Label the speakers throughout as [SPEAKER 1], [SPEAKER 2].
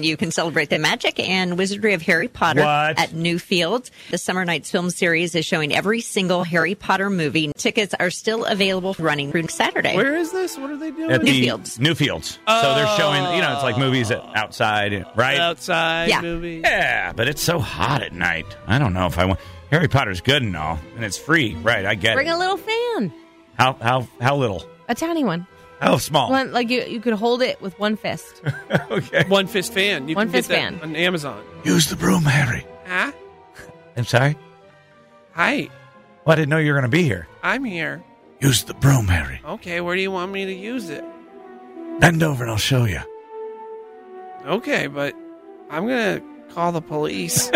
[SPEAKER 1] You can celebrate the magic and wizardry of Harry Potter
[SPEAKER 2] What?
[SPEAKER 1] at Newfield. The Summer Nights Film Series is showing every single Harry Potter movie. Tickets are still available running through Saturday.
[SPEAKER 3] Where is this? What are they doing?
[SPEAKER 2] At the
[SPEAKER 1] Newfields.
[SPEAKER 2] Newfields. So they're showing, you know, it's like movies outside, right?
[SPEAKER 3] outside
[SPEAKER 1] Yeah.
[SPEAKER 3] movie.
[SPEAKER 2] Yeah, but it's so hot at night. I don't know if I want. Harry Potter's good and all, and it's free, right? I get
[SPEAKER 4] Bring
[SPEAKER 2] it.
[SPEAKER 4] a little fan,
[SPEAKER 2] How how how little?
[SPEAKER 4] a tiny one.
[SPEAKER 2] How small?
[SPEAKER 4] One like you, you could hold it with one fist.
[SPEAKER 2] Okay.
[SPEAKER 3] One fist fan. You
[SPEAKER 4] One
[SPEAKER 3] can get
[SPEAKER 4] fist
[SPEAKER 3] that
[SPEAKER 4] fan.
[SPEAKER 3] on Amazon.
[SPEAKER 2] Use the broom, Harry.
[SPEAKER 3] Huh?
[SPEAKER 2] I'm sorry.
[SPEAKER 3] Hi,
[SPEAKER 2] Well, I didn't know you were going to be here.
[SPEAKER 3] I'm here.
[SPEAKER 2] Use the broom, Harry.
[SPEAKER 3] Okay, where do you want me to use it?
[SPEAKER 2] Bend over and I'll show you.
[SPEAKER 3] Okay, but I'm gonna call the police.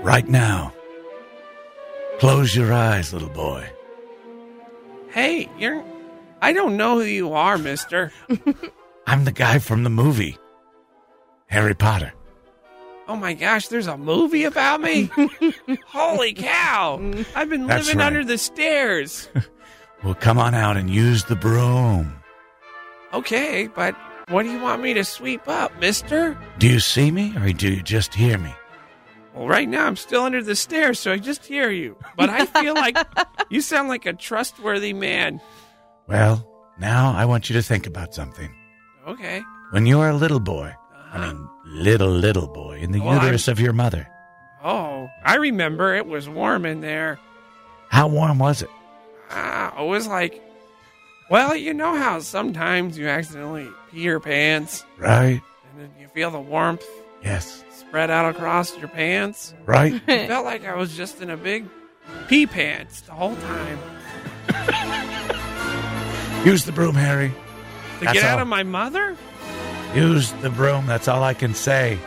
[SPEAKER 2] Right now. Close your eyes, little boy.
[SPEAKER 3] hey, you're. I don't know who you are, Mister.
[SPEAKER 2] I'm the guy from the movie. Harry Potter.
[SPEAKER 3] Oh my gosh, there's a movie about me. Holy cow! I've been
[SPEAKER 2] That's
[SPEAKER 3] living
[SPEAKER 2] right.
[SPEAKER 3] under the stairs.
[SPEAKER 2] Well, come on out and use the broom.
[SPEAKER 3] Okay, but what do you want me to sweep up, Mister?
[SPEAKER 2] Do you see me or do you just hear me?
[SPEAKER 3] Well, right now I'm still under the stairs, so I just hear you. But I feel like you sound like a trustworthy man.
[SPEAKER 2] Well, now I want you to think about something.
[SPEAKER 3] Okay.
[SPEAKER 2] When you are a little boy, I
[SPEAKER 3] Uh-huh.
[SPEAKER 2] mean, little, little boy, in the
[SPEAKER 3] Well, I'm-
[SPEAKER 2] uterus of your mother,
[SPEAKER 3] Oh, I remember it was warm in there.
[SPEAKER 2] how warm was it?
[SPEAKER 3] Ah, it was like, well, you know how sometimes you accidentally pee your pants
[SPEAKER 2] Right?
[SPEAKER 3] and then you feel the warmth
[SPEAKER 2] Yes.
[SPEAKER 3] spread out across your pants?
[SPEAKER 2] Right?
[SPEAKER 3] It felt like I was just in a big pee pants the whole time.
[SPEAKER 2] Use the broom, Harry.
[SPEAKER 3] To
[SPEAKER 2] That's
[SPEAKER 3] get out
[SPEAKER 2] all.
[SPEAKER 3] of my mother?
[SPEAKER 2] Use the broom. That's all I can say.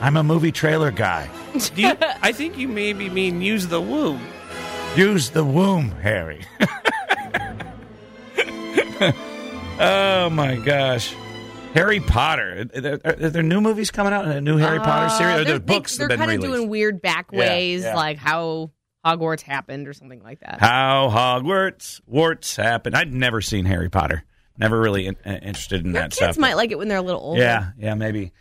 [SPEAKER 2] I'm a movie trailer guy.
[SPEAKER 3] Do you, I think you maybe mean use the womb.
[SPEAKER 2] Use the womb, Harry. oh my gosh. Harry Potter. Are there, are there new movies coming out in a new Harry Potter series? Or
[SPEAKER 4] Uh, they're,
[SPEAKER 2] the books
[SPEAKER 4] They're
[SPEAKER 2] that have
[SPEAKER 4] kind
[SPEAKER 2] been
[SPEAKER 4] of
[SPEAKER 2] released?
[SPEAKER 4] doing weird back
[SPEAKER 2] Yeah,
[SPEAKER 4] ways,
[SPEAKER 2] yeah.
[SPEAKER 4] like how Hogwarts happened or something like that.
[SPEAKER 2] How Hogwarts warts happened. I'd never seen Harry Potter. Never really in, uh, interested in
[SPEAKER 4] Your
[SPEAKER 2] that
[SPEAKER 4] kids
[SPEAKER 2] stuff.
[SPEAKER 4] might like it when they're a little older.
[SPEAKER 2] yeah, yeah, maybe.